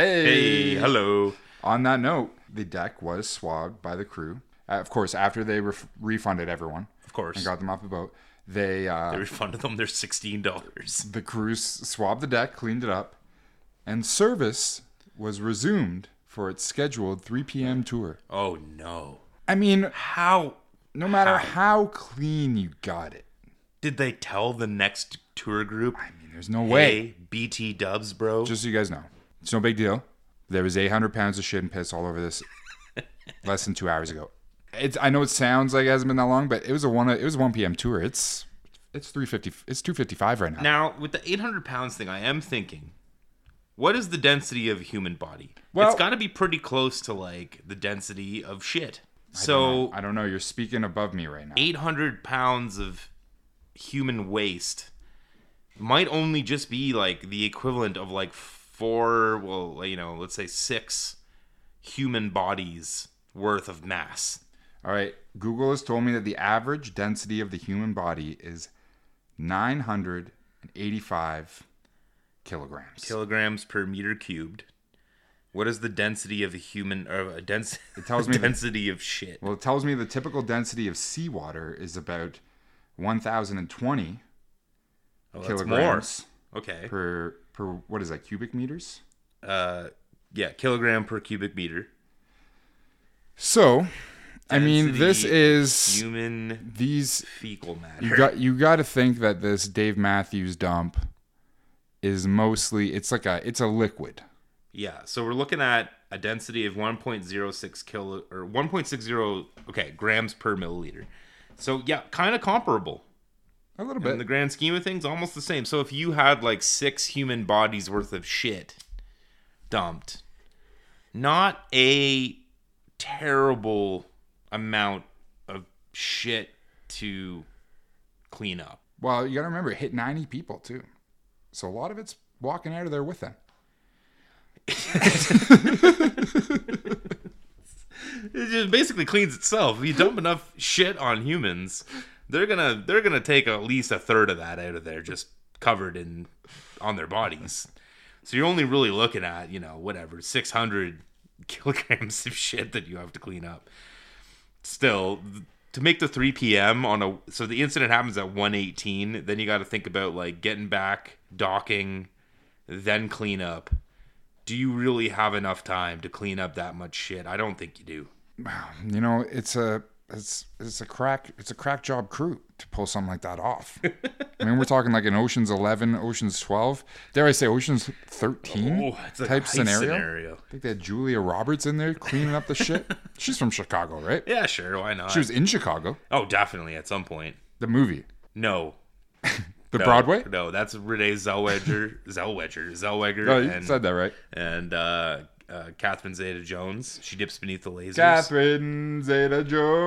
[SPEAKER 2] Hey, hello.
[SPEAKER 1] On that note, the deck was swabbed by the crew. Uh, of course, after they ref- refunded everyone
[SPEAKER 2] Of course.
[SPEAKER 1] and got them off the boat, they
[SPEAKER 2] They
[SPEAKER 1] uh,
[SPEAKER 2] refunded them their $16.
[SPEAKER 1] the crew s- swabbed the deck, cleaned it up, and service was resumed for its scheduled 3 p.m. tour.
[SPEAKER 2] Oh, no.
[SPEAKER 1] I mean,
[SPEAKER 2] How?
[SPEAKER 1] no matter how clean you got it,
[SPEAKER 2] Did they tell the next tour group?
[SPEAKER 1] I mean, there's no way.
[SPEAKER 2] Hey, BT Dubs, bro.
[SPEAKER 1] Just so you guys know, it's no big deal. There was 800 pounds of shit and piss all over this less than two hours ago. It's I know it sounds like it hasn't been that long, but it was a one it was a 1 p.m. tour. It's it's 350 it's 255 right now.
[SPEAKER 2] now with the 800 pounds thing, I am thinking, what is the density of a human body?
[SPEAKER 1] Well-
[SPEAKER 2] it's got to be pretty close to like the density of shit.
[SPEAKER 1] so
[SPEAKER 2] So
[SPEAKER 1] I don't know. You're speaking above me right now.
[SPEAKER 2] 800 pounds of human waste might only just be like the equivalent of like four, well, you know, let's say six human bodies worth of mass.
[SPEAKER 1] All right. Google has told me that the average density of the human body is 985 kilograms.
[SPEAKER 2] kilograms per meter cubed. What is the density of a human or a dens-
[SPEAKER 1] It tells me that-
[SPEAKER 2] density of shit?
[SPEAKER 1] well, it tells me the typical density of seawater is about 1,020
[SPEAKER 2] Oh, that's
[SPEAKER 1] kilograms
[SPEAKER 2] more. Okay.
[SPEAKER 1] per per what is that cubic meters?
[SPEAKER 2] Uh, yeah, kilogram per cubic meter.
[SPEAKER 1] So, I mean, this
[SPEAKER 2] Density
[SPEAKER 1] is
[SPEAKER 2] Human
[SPEAKER 1] these
[SPEAKER 2] fecal matter.
[SPEAKER 1] you got you got to think that this Dave Matthews dump is mostly it's like a it's a liquid.
[SPEAKER 2] yeah, so we're looking at a density of 1.06 kilo or 1.60 okay, grams per milliliter. So yeah, kind of comparable.
[SPEAKER 1] A little
[SPEAKER 2] In
[SPEAKER 1] bit.
[SPEAKER 2] the grand scheme of things, almost the same. So if you had like six human bodies worth of shit dumped, not a terrible amount of shit to clean up.
[SPEAKER 1] well, you got to remember it hit 90 people too. So a lot of it's walking out of there with them.
[SPEAKER 2] It just basically cleans itself. If you dump enough shit on humans, they're gonna they're gonna take at least a third of that out of there, just covered in on their bodies. So you're only really looking at you know whatever 600 kilograms of shit that you have to clean up. Still, th- to make the 3 p.m. on a so the incident happens at 1:18. Then you got to think about like getting back, docking, then clean up. Do you really have enough time to clean up that much shit? I don't think you do.
[SPEAKER 1] You know, it's a it's it's a crack it's a crack job crew to pull something like that off. I mean, we're talking like an Ocean's 11, Ocean's 12, dare I say Ocean's 13
[SPEAKER 2] Oh,
[SPEAKER 1] type scenario. I think they had Julia Roberts in there cleaning up the shit. She's from Chicago, right?
[SPEAKER 2] Yeah, sure. Why not?
[SPEAKER 1] She was in Chicago,
[SPEAKER 2] oh, definitely at some point.
[SPEAKER 1] the movie,
[SPEAKER 2] No.
[SPEAKER 1] the
[SPEAKER 2] no,
[SPEAKER 1] Broadway.
[SPEAKER 2] No, that's Renee Zellweger, Zellweger, Zellweger,
[SPEAKER 1] Oh, you
[SPEAKER 2] and,
[SPEAKER 1] said that right.
[SPEAKER 2] and uh, uh, Catherine Zeta-Jones. She dips beneath the lasers.
[SPEAKER 1] Catherine Zeta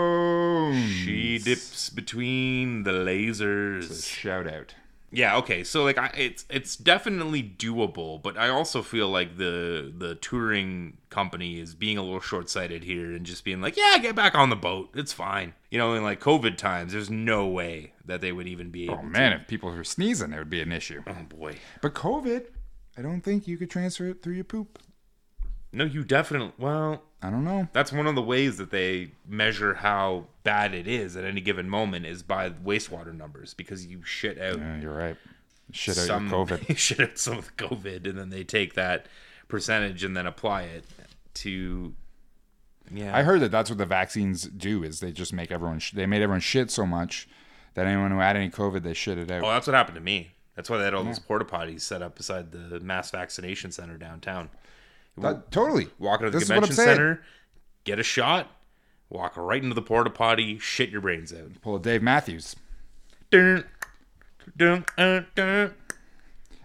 [SPEAKER 1] Jones.
[SPEAKER 2] She dips between the lasers.
[SPEAKER 1] Shout out.
[SPEAKER 2] Yeah, okay. So like I it's it's definitely doable, but I also feel like the the touring company is being a little short-sighted here and just being like, "Yeah, get back on the boat. It's fine." You know, in like COVID times, there's no way that they would even be able
[SPEAKER 1] Oh man, if people were sneezing, it would be an issue.
[SPEAKER 2] to- Oh boy.
[SPEAKER 1] But COVID, I don't think you could transfer it through your poop.
[SPEAKER 2] No, you definitely well,
[SPEAKER 1] I don't know.
[SPEAKER 2] that's one of the ways that they measure how bad it is at any given moment is by wastewater numbers because you shit out
[SPEAKER 1] Yeah, you're right. Shit out
[SPEAKER 2] some
[SPEAKER 1] your COVID.
[SPEAKER 2] shit out some of the COVID, and then they take that percentage and then apply it to. Yeah,
[SPEAKER 1] I heard that that's what the vaccines do is they just make everyone sh- they made everyone shit so much that anyone who had any COVID they shit it out.
[SPEAKER 2] well, that's what happened to me. That's why they had all those porta potties set up beside the mass vaccination center downtown.
[SPEAKER 1] That- totally.
[SPEAKER 2] Walk into the
[SPEAKER 1] This is what I'm
[SPEAKER 2] convention
[SPEAKER 1] saying.
[SPEAKER 2] center, get a shot, walk right into the porta potty, shit your brains out.
[SPEAKER 1] Pull a Dave Matthews.
[SPEAKER 2] Dun, dun, uh, dun,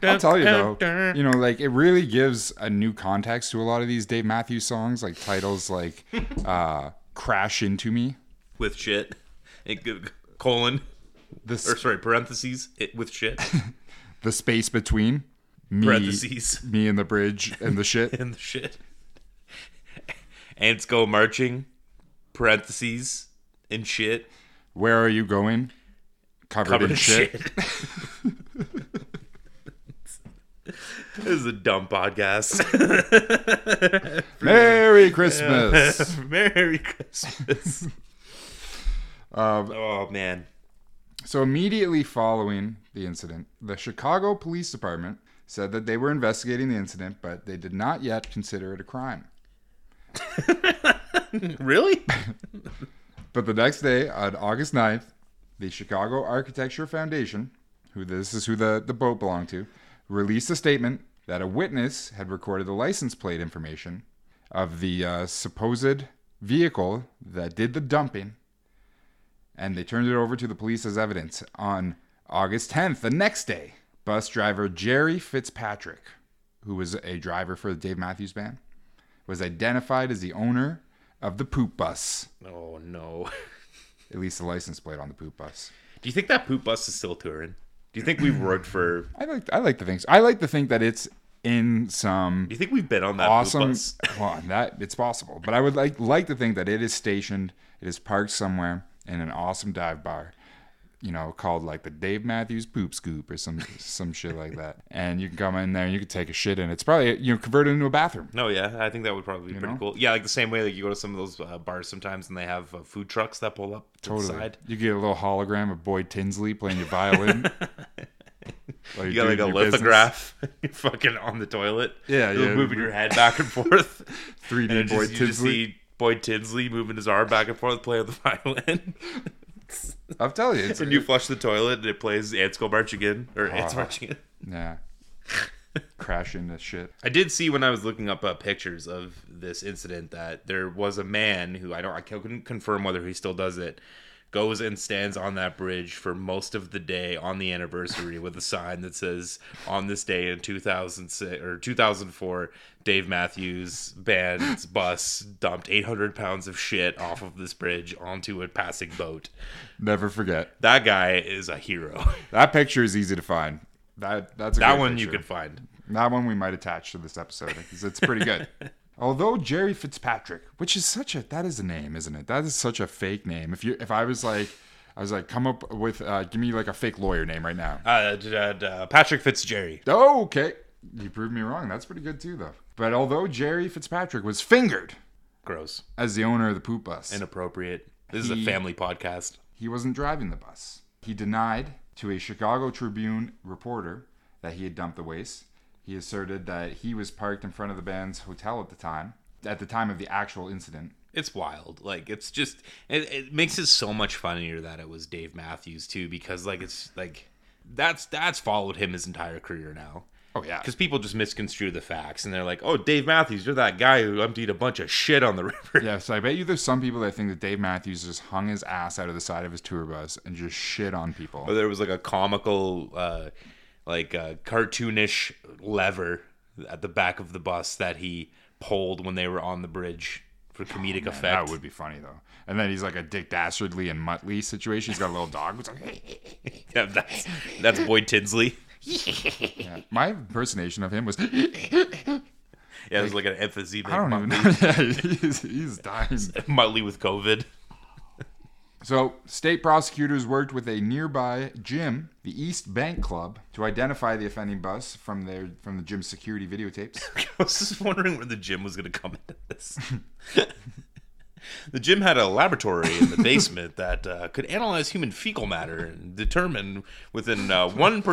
[SPEAKER 1] I'll tell you
[SPEAKER 2] dun,
[SPEAKER 1] though, you know, like it really gives a new context to a lot of these Dave Matthews songs, like titles like uh, "Crash Into Me."
[SPEAKER 2] with shit, It g- colon
[SPEAKER 1] This
[SPEAKER 2] or sorry parentheses it with shit
[SPEAKER 1] the space between me,
[SPEAKER 2] parentheses.
[SPEAKER 1] me and the bridge and the shit.
[SPEAKER 2] and the shit. Ants go marching, parentheses, and shit.
[SPEAKER 1] Where are you going? Covered,
[SPEAKER 2] Covered
[SPEAKER 1] in
[SPEAKER 2] in
[SPEAKER 1] shit.
[SPEAKER 2] shit. this is a dumb podcast.
[SPEAKER 1] Merry Christmas.
[SPEAKER 2] Merry Christmas. oh, man.
[SPEAKER 1] so immediately following the incident, the Chicago Police Department said that they were investigating the incident, but they did not yet consider it a crime.
[SPEAKER 2] Really?
[SPEAKER 1] But the next day, on August 9th, the Chicago Architecture Foundation, who this is who the, the boat belonged to, released a statement that a witness had recorded the license plate information of the uh, supposed vehicle that did the dumping, and they turned it over to the police as evidence on August 10th, the next day. Bus driver Jerry Fitzpatrick, who was a driver for the Dave Matthews Band, was identified as the owner of the poop bus.
[SPEAKER 2] Oh no.
[SPEAKER 1] At least the license plate on the poop bus.
[SPEAKER 2] Do you think that poop bus is still touring? Do you think we've worked for? Do
[SPEAKER 1] I like I like to think so. I like to think that it's in some
[SPEAKER 2] you think we've been on that poop
[SPEAKER 1] awesome.
[SPEAKER 2] bus?
[SPEAKER 1] Well, that it's possible, but I would like like to think that it is stationed. It is parked somewhere in an awesome dive bar, you know, called like the Dave Matthews Poop Scoop or some some shit like that. And you can come in there and you can take a shit in. It's probably you know converted into a bathroom.
[SPEAKER 2] No, yeah, I think that would probably be pretty
[SPEAKER 1] know?
[SPEAKER 2] cool. Yeah, like the same way like you go to some of those uh, bars sometimes and they have uh, food trucks that pull up to the
[SPEAKER 1] Totally.
[SPEAKER 2] side.
[SPEAKER 1] You get a little hologram of Boyd Tinsley playing your violin. While
[SPEAKER 2] You
[SPEAKER 1] you're
[SPEAKER 2] got like
[SPEAKER 1] doing
[SPEAKER 2] a
[SPEAKER 1] your business.
[SPEAKER 2] lithograph, you're fucking on the toilet.
[SPEAKER 1] Yeah,
[SPEAKER 2] you're
[SPEAKER 1] yeah.
[SPEAKER 2] moving your head back and forth.
[SPEAKER 1] 3D
[SPEAKER 2] and it just-
[SPEAKER 1] Boyd
[SPEAKER 2] you Just
[SPEAKER 1] Tinsley.
[SPEAKER 2] see Boyd Tinsley moving his arm back and forth, playing the violin.
[SPEAKER 1] I'm telling you, it's,
[SPEAKER 2] and you flush the toilet, and it plays "Ants Go Marching In" or "Ants
[SPEAKER 1] Oh.
[SPEAKER 2] Marching In."
[SPEAKER 1] yeah, crashing the shit.
[SPEAKER 2] I did see when I was looking up uh, pictures of this incident that there was a man who I don't I couldn't confirm whether he still does it goes and stands on that bridge for most of the day on the anniversary with a sign that says on this day in 2006 or 2004 Dave Matthews band's bus dumped 800 pounds of shit off of this bridge onto a passing boat.
[SPEAKER 1] Never forget
[SPEAKER 2] That guy is a hero.
[SPEAKER 1] that picture is easy to find. That that's a
[SPEAKER 2] That
[SPEAKER 1] great
[SPEAKER 2] one you
[SPEAKER 1] picture.
[SPEAKER 2] could find.
[SPEAKER 1] That one we might attach to this episode because it's pretty good. Although Jerry Fitzpatrick, which is such a that is a name, isn't it? That is such a fake name. If you if I was like I was like come up with uh, give me like a fake lawyer name right now.
[SPEAKER 2] Uh, d- d- d- uh, Patrick Fitzgerry.
[SPEAKER 1] Oh, okay, you proved me wrong. That's pretty good too though. But although Jerry Fitzpatrick was fingered
[SPEAKER 2] Gross.
[SPEAKER 1] as the owner of the poop bus,
[SPEAKER 2] inappropriate. This is
[SPEAKER 1] He-
[SPEAKER 2] a family podcast.
[SPEAKER 1] he wasn't driving the bus. He denied to a Chicago Tribune reporter that he had dumped the waste. He asserted that he was parked in front of the band's hotel at the time, at the time of the actual incident.
[SPEAKER 2] It's wild. Like it's just it, it makes it so much funnier that it was Dave Matthews too because like it's like that's that's followed him his entire career now.
[SPEAKER 1] Oh yeah,
[SPEAKER 2] Because people just misconstrue the facts and they're like, "Oh, Dave Matthews, you're that guy who emptied a bunch of shit on the river."
[SPEAKER 1] yeah. So I bet you there's some people that think that Dave Matthews just hung his ass out of the side of his tour bus and just shit on
[SPEAKER 2] Or
[SPEAKER 1] people.
[SPEAKER 2] there was like a comical, uh, like uh, cartoonish lever at the back of the bus that he pulled when they were on the bridge for comedic effect.
[SPEAKER 1] That would be funny though. And then he's like a Dick Dastardly and Muttley situation. He's got a little dog. It's like,
[SPEAKER 2] Yeah, that's that's Boyd Tinsley.
[SPEAKER 1] yeah. My impersonation of him was
[SPEAKER 2] Yeah, it was like an emphysema.
[SPEAKER 1] I don't even know. Yeah, he's, he's dying.
[SPEAKER 2] Muttley with COVID.
[SPEAKER 1] So, state prosecutors worked with a nearby gym, the East Bank Club, to identify the offending bus from their from the gym's security videotapes.
[SPEAKER 2] I was just wondering where the gym was going to come into this. the gym had a laboratory in the basement that uh, could analyze human fecal matter and determine within uh, one of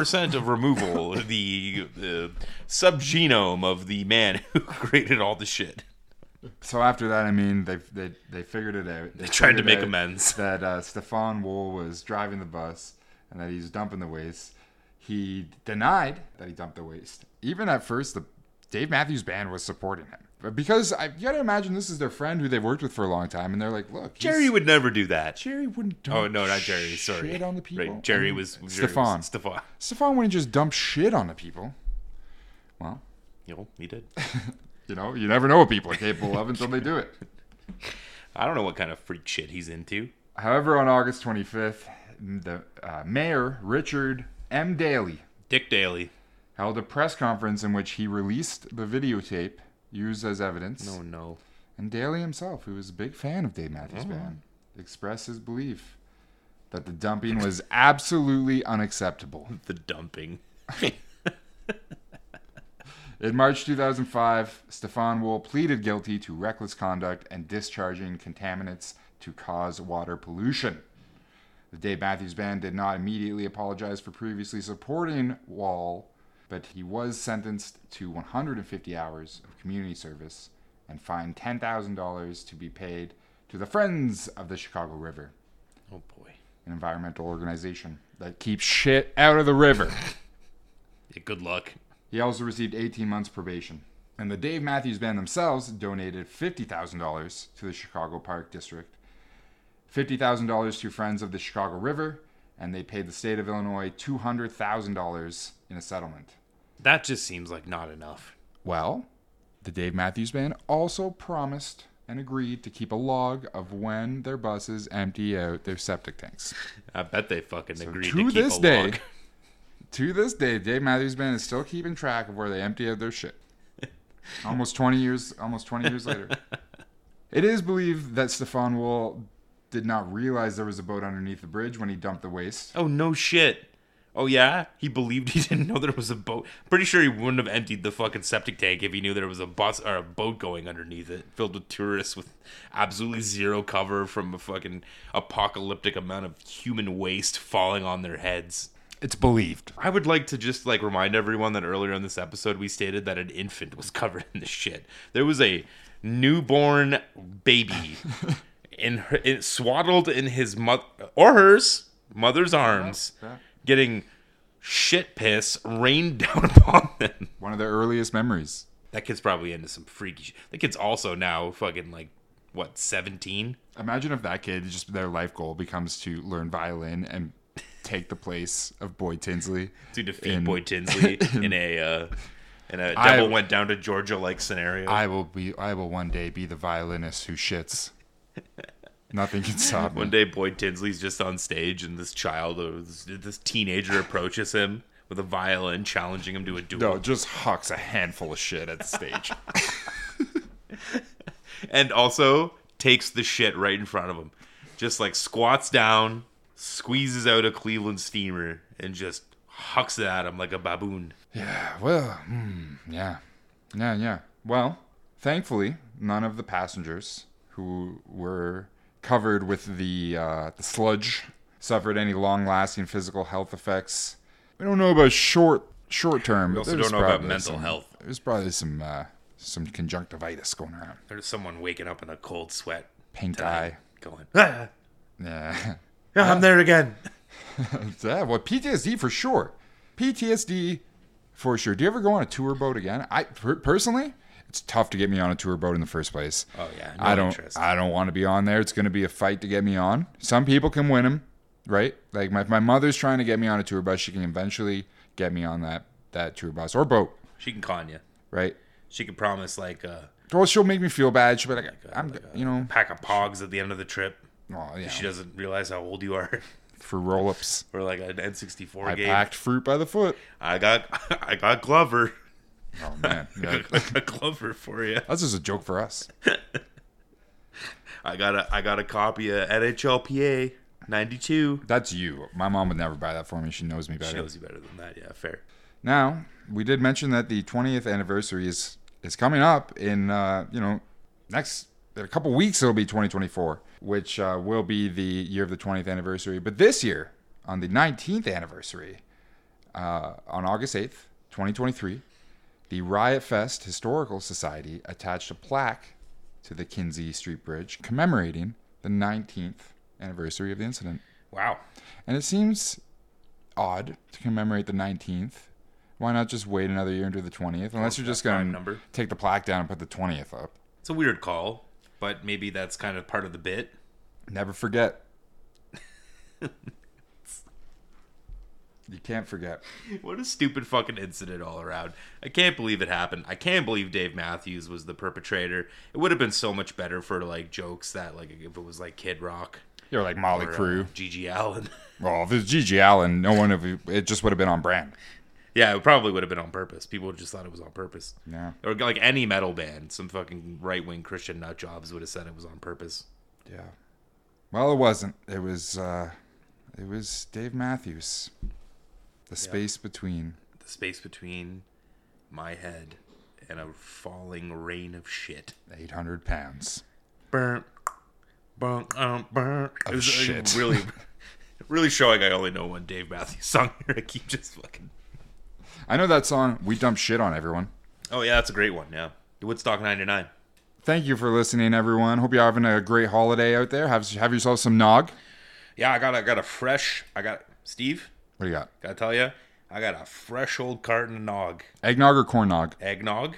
[SPEAKER 2] removal the uh, subgenome of the man who created all the shit.
[SPEAKER 1] So after that, I mean, they they they figured it out. They,
[SPEAKER 2] tried to
[SPEAKER 1] figured
[SPEAKER 2] make
[SPEAKER 1] out
[SPEAKER 2] amends.
[SPEAKER 1] That uh, Stefan Wool was driving the bus and that he's dumping the waste. He denied that he dumped the waste. Even at first, the Dave Matthews Band was supporting him. But because I, you gotta imagine this is their friend who they've worked with for a long time, and they're like, "Look, he's-
[SPEAKER 2] Jerry would never do that.
[SPEAKER 1] Jerry wouldn't dump.
[SPEAKER 2] Oh no, not Jerry. Sorry,
[SPEAKER 1] shit on the people.
[SPEAKER 2] Right, Jerry
[SPEAKER 1] I mean,
[SPEAKER 2] was Jerry was-
[SPEAKER 1] Stefan.
[SPEAKER 2] Stefan.
[SPEAKER 1] Stefan wouldn't just dump shit on the people. Well,
[SPEAKER 2] You know, he did.
[SPEAKER 1] you know, you never know what people are capable of until they do it.
[SPEAKER 2] I don't know what kind of freak shit he's into.
[SPEAKER 1] However, on August 25th, the uh, mayor, Richard M. Daley,
[SPEAKER 2] Dick Daley.
[SPEAKER 1] held a press conference in which he released the videotape used as evidence.
[SPEAKER 2] Oh no.
[SPEAKER 1] And Daley himself, who was a big fan of Dave Matthews Band, expressed his belief that the dumping was absolutely unacceptable.
[SPEAKER 2] The dumping. Oh,
[SPEAKER 1] In March 2005, Stefan Wool pleaded guilty to reckless conduct and discharging contaminants to cause water pollution. The Dave Matthews Band did not immediately apologize for previously supporting Wall, but he was sentenced to 150 hours of community service and fined $10,000 to be paid to the Friends of the Chicago River.
[SPEAKER 2] Oh boy.
[SPEAKER 1] an environmental organization that keeps shit out of the river.
[SPEAKER 2] Yeah, good luck.
[SPEAKER 1] He also received 18 months probation. And the Dave Matthews Band themselves donated $50,000 to the Chicago Park District, $50,000 to Friends of the Chicago River, and they paid the state of Illinois $200,000 in a settlement.
[SPEAKER 2] That just seems like not enough.
[SPEAKER 1] Well, the Dave Matthews Band also promised and agreed to keep a log of when their buses empty out their septic tanks.
[SPEAKER 2] I bet they fucking agreed to
[SPEAKER 1] to
[SPEAKER 2] keep
[SPEAKER 1] this
[SPEAKER 2] a
[SPEAKER 1] day,
[SPEAKER 2] log.
[SPEAKER 1] to this day, Dave Matthews Band is still keeping track of where they empty out their shit. almost twenty years, almost twenty years later, it is believed that Stefan Wool did not realize there was a boat underneath the bridge when he dumped the waste.
[SPEAKER 2] Oh no shit. Oh yeah, he believed he didn't know there was a boat. Pretty sure he wouldn't have emptied the fucking septic tank if he knew there was a bus or a boat going underneath it, filled with tourists with absolutely zero cover from a fucking apocalyptic amount of human waste falling on their heads.
[SPEAKER 1] It's believed.
[SPEAKER 2] I would like to just like remind everyone that earlier in this episode we stated that an infant was covered in this shit. There was a newborn baby in, her, in swaddled in his mother or hers mother's arms,
[SPEAKER 1] yeah.
[SPEAKER 2] getting shit piss rained down upon them.
[SPEAKER 1] One of their earliest memories.
[SPEAKER 2] That kid's probably into some freaky. Sh- that kid's also now fucking like what seventeen.
[SPEAKER 1] Imagine if that kid just their life goal becomes to learn violin and take the place of Boyd Tinsley.
[SPEAKER 2] to defeat
[SPEAKER 1] in-
[SPEAKER 2] Boy Tinsley in a uh, in a
[SPEAKER 1] I-
[SPEAKER 2] devil went down to Georgia like scenario.
[SPEAKER 1] I will be. I will one day be the violinist who shits. Nothing can stop me.
[SPEAKER 2] One day, Boyd Tinsley's just on stage, and this child, or this, this teenager, approaches him with a violin, challenging him to a duel.
[SPEAKER 1] No, just hucks a handful of shit at the stage.
[SPEAKER 2] And also takes the shit right in front of him. Just like squats down, squeezes out a Cleveland steamer, and just hucks it at him like a baboon.
[SPEAKER 1] well, hmm, yeah, yeah, yeah. Well, thankfully, none of the passengers who were covered with the uh, the sludge suffered any long-lasting physical health effects. We don't know about short short term. We
[SPEAKER 2] also don't know about mental health.
[SPEAKER 1] There's probably some uh, some conjunctivitis going around.
[SPEAKER 2] There's someone waking up in a cold sweat,
[SPEAKER 1] Pink
[SPEAKER 2] tonight,
[SPEAKER 1] eye.
[SPEAKER 2] going, ah,
[SPEAKER 1] Yeah.
[SPEAKER 2] yeah, I'm there again.
[SPEAKER 1] Yeah, well, PTSD for sure. PTSD for sure. Do you ever go on a tour boat again? I per- personally, it's tough to get me on a tour boat in the first place.
[SPEAKER 2] Oh, yeah, no
[SPEAKER 1] I don't.
[SPEAKER 2] interest.
[SPEAKER 1] I don't want to be on there. It's going to be a fight to get me on. Some people can win them, right? Like my my mother's trying to get me on a tour bus. She can eventually get me on that that tour bus or boat,
[SPEAKER 2] She can con you.
[SPEAKER 1] right?
[SPEAKER 2] She can promise like a
[SPEAKER 1] Well, she'll make me feel bad. She'll be like,
[SPEAKER 2] uh,
[SPEAKER 1] I'm, you know,
[SPEAKER 2] pack of pogs at the end of the trip.
[SPEAKER 1] oh, yeah,
[SPEAKER 2] uh, She doesn't realize how old you are.
[SPEAKER 1] for roll ups.
[SPEAKER 2] or like an N64
[SPEAKER 1] I
[SPEAKER 2] game.
[SPEAKER 1] packed fruit by the foot.
[SPEAKER 2] I got I got Glover.
[SPEAKER 1] Oh man, Yeah.
[SPEAKER 2] I got Glover for you.
[SPEAKER 1] that's just a joke for us.
[SPEAKER 2] I got a I got a copy of NHLPA 92.
[SPEAKER 1] That's you. My mom would never buy that for me. She knows me better.
[SPEAKER 2] She knows you better than that. Yeah, fair.
[SPEAKER 1] Now, we did mention that the 20th anniversary is is coming up in uh, you know next in a couple weeks. It'll be 2024, which uh, will be the year of the 20th anniversary. But this year, on the 19th anniversary, uh, on August 8th, 2023, the Riot Fest Historical Society attached a plaque to the Kinsey Street Bridge commemorating the 19th anniversary of the incident.
[SPEAKER 2] Wow.
[SPEAKER 1] And it seems odd to commemorate the 19th. Why not just wait another year into the 20th? Unless you're just
[SPEAKER 2] prime
[SPEAKER 1] going to
[SPEAKER 2] number.
[SPEAKER 1] take the plaque down and put the 20th up.
[SPEAKER 2] It's a weird call, but maybe that's kind of part of the bit.
[SPEAKER 1] Never forget. you can't forget.
[SPEAKER 2] What a stupid fucking incident all around. I can't believe it happened. I can't believe Dave Matthews was the perpetrator. It would have been so much better for like jokes that like if it was like Kid Rock
[SPEAKER 1] You're like Molly
[SPEAKER 2] or, uh,
[SPEAKER 1] Crew.
[SPEAKER 2] Gigi Allen.
[SPEAKER 1] Well, if it's Gigi Allen, no one of you, it just would have been on brand.
[SPEAKER 2] Yeah, it probably would have been on purpose. People just thought it was on purpose.
[SPEAKER 1] Yeah.
[SPEAKER 2] Or like any metal band, some fucking right wing Christian nut jobs would have said it was on purpose.
[SPEAKER 1] Yeah. Well, it wasn't. It was, uh, it was Dave Matthews. The space between.
[SPEAKER 2] The space between my head and a falling rain of shit.
[SPEAKER 1] 800 pounds.
[SPEAKER 2] Burn, burn, um, burn. It was like,
[SPEAKER 1] shit.
[SPEAKER 2] really, really showing I only know one Dave Matthews song here. I keep just fucking.
[SPEAKER 1] I know that song, We Dump Shit on Everyone.
[SPEAKER 2] Oh yeah, that's a great one. Yeah, Woodstock '99.
[SPEAKER 1] Thank you for listening, everyone. Hope you're having a great holiday out there. Have have yourself some nog.
[SPEAKER 2] Yeah, I got I got a fresh. I got Steve.
[SPEAKER 1] What do you got?
[SPEAKER 2] Gotta tell you, I got a fresh old carton of nog
[SPEAKER 1] Eggnog or corn nog?
[SPEAKER 2] eggnog.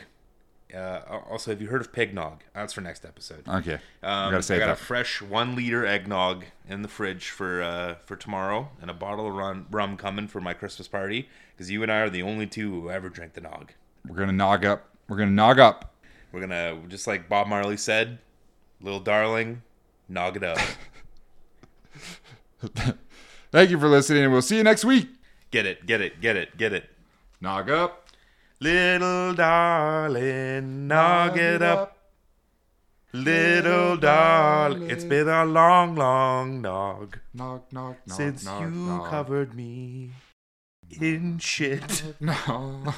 [SPEAKER 2] Uh, also, have you heard of pignog? That's for next episode.
[SPEAKER 1] Okay.
[SPEAKER 2] Um,
[SPEAKER 1] I gotta save
[SPEAKER 2] I got
[SPEAKER 1] that.
[SPEAKER 2] a fresh one liter eggnog in the fridge for uh, for tomorrow, and a bottle of rum, rum coming for my Christmas party because you and I are the only two who ever drink the nog.
[SPEAKER 1] We're gonna nog up. We're gonna nog up.
[SPEAKER 2] We're gonna just like Bob Marley said, "Little darling, nog it up."
[SPEAKER 1] Thank you for listening, and we'll see you next week.
[SPEAKER 2] get it, get it, get it, get it.
[SPEAKER 1] Nog up.
[SPEAKER 2] Little darling, nog it up. Little darling, it's been a long, long nog
[SPEAKER 1] Nog, nog, nog.
[SPEAKER 2] since
[SPEAKER 1] nog,
[SPEAKER 2] you
[SPEAKER 1] nog.
[SPEAKER 2] covered me in shit.
[SPEAKER 1] No.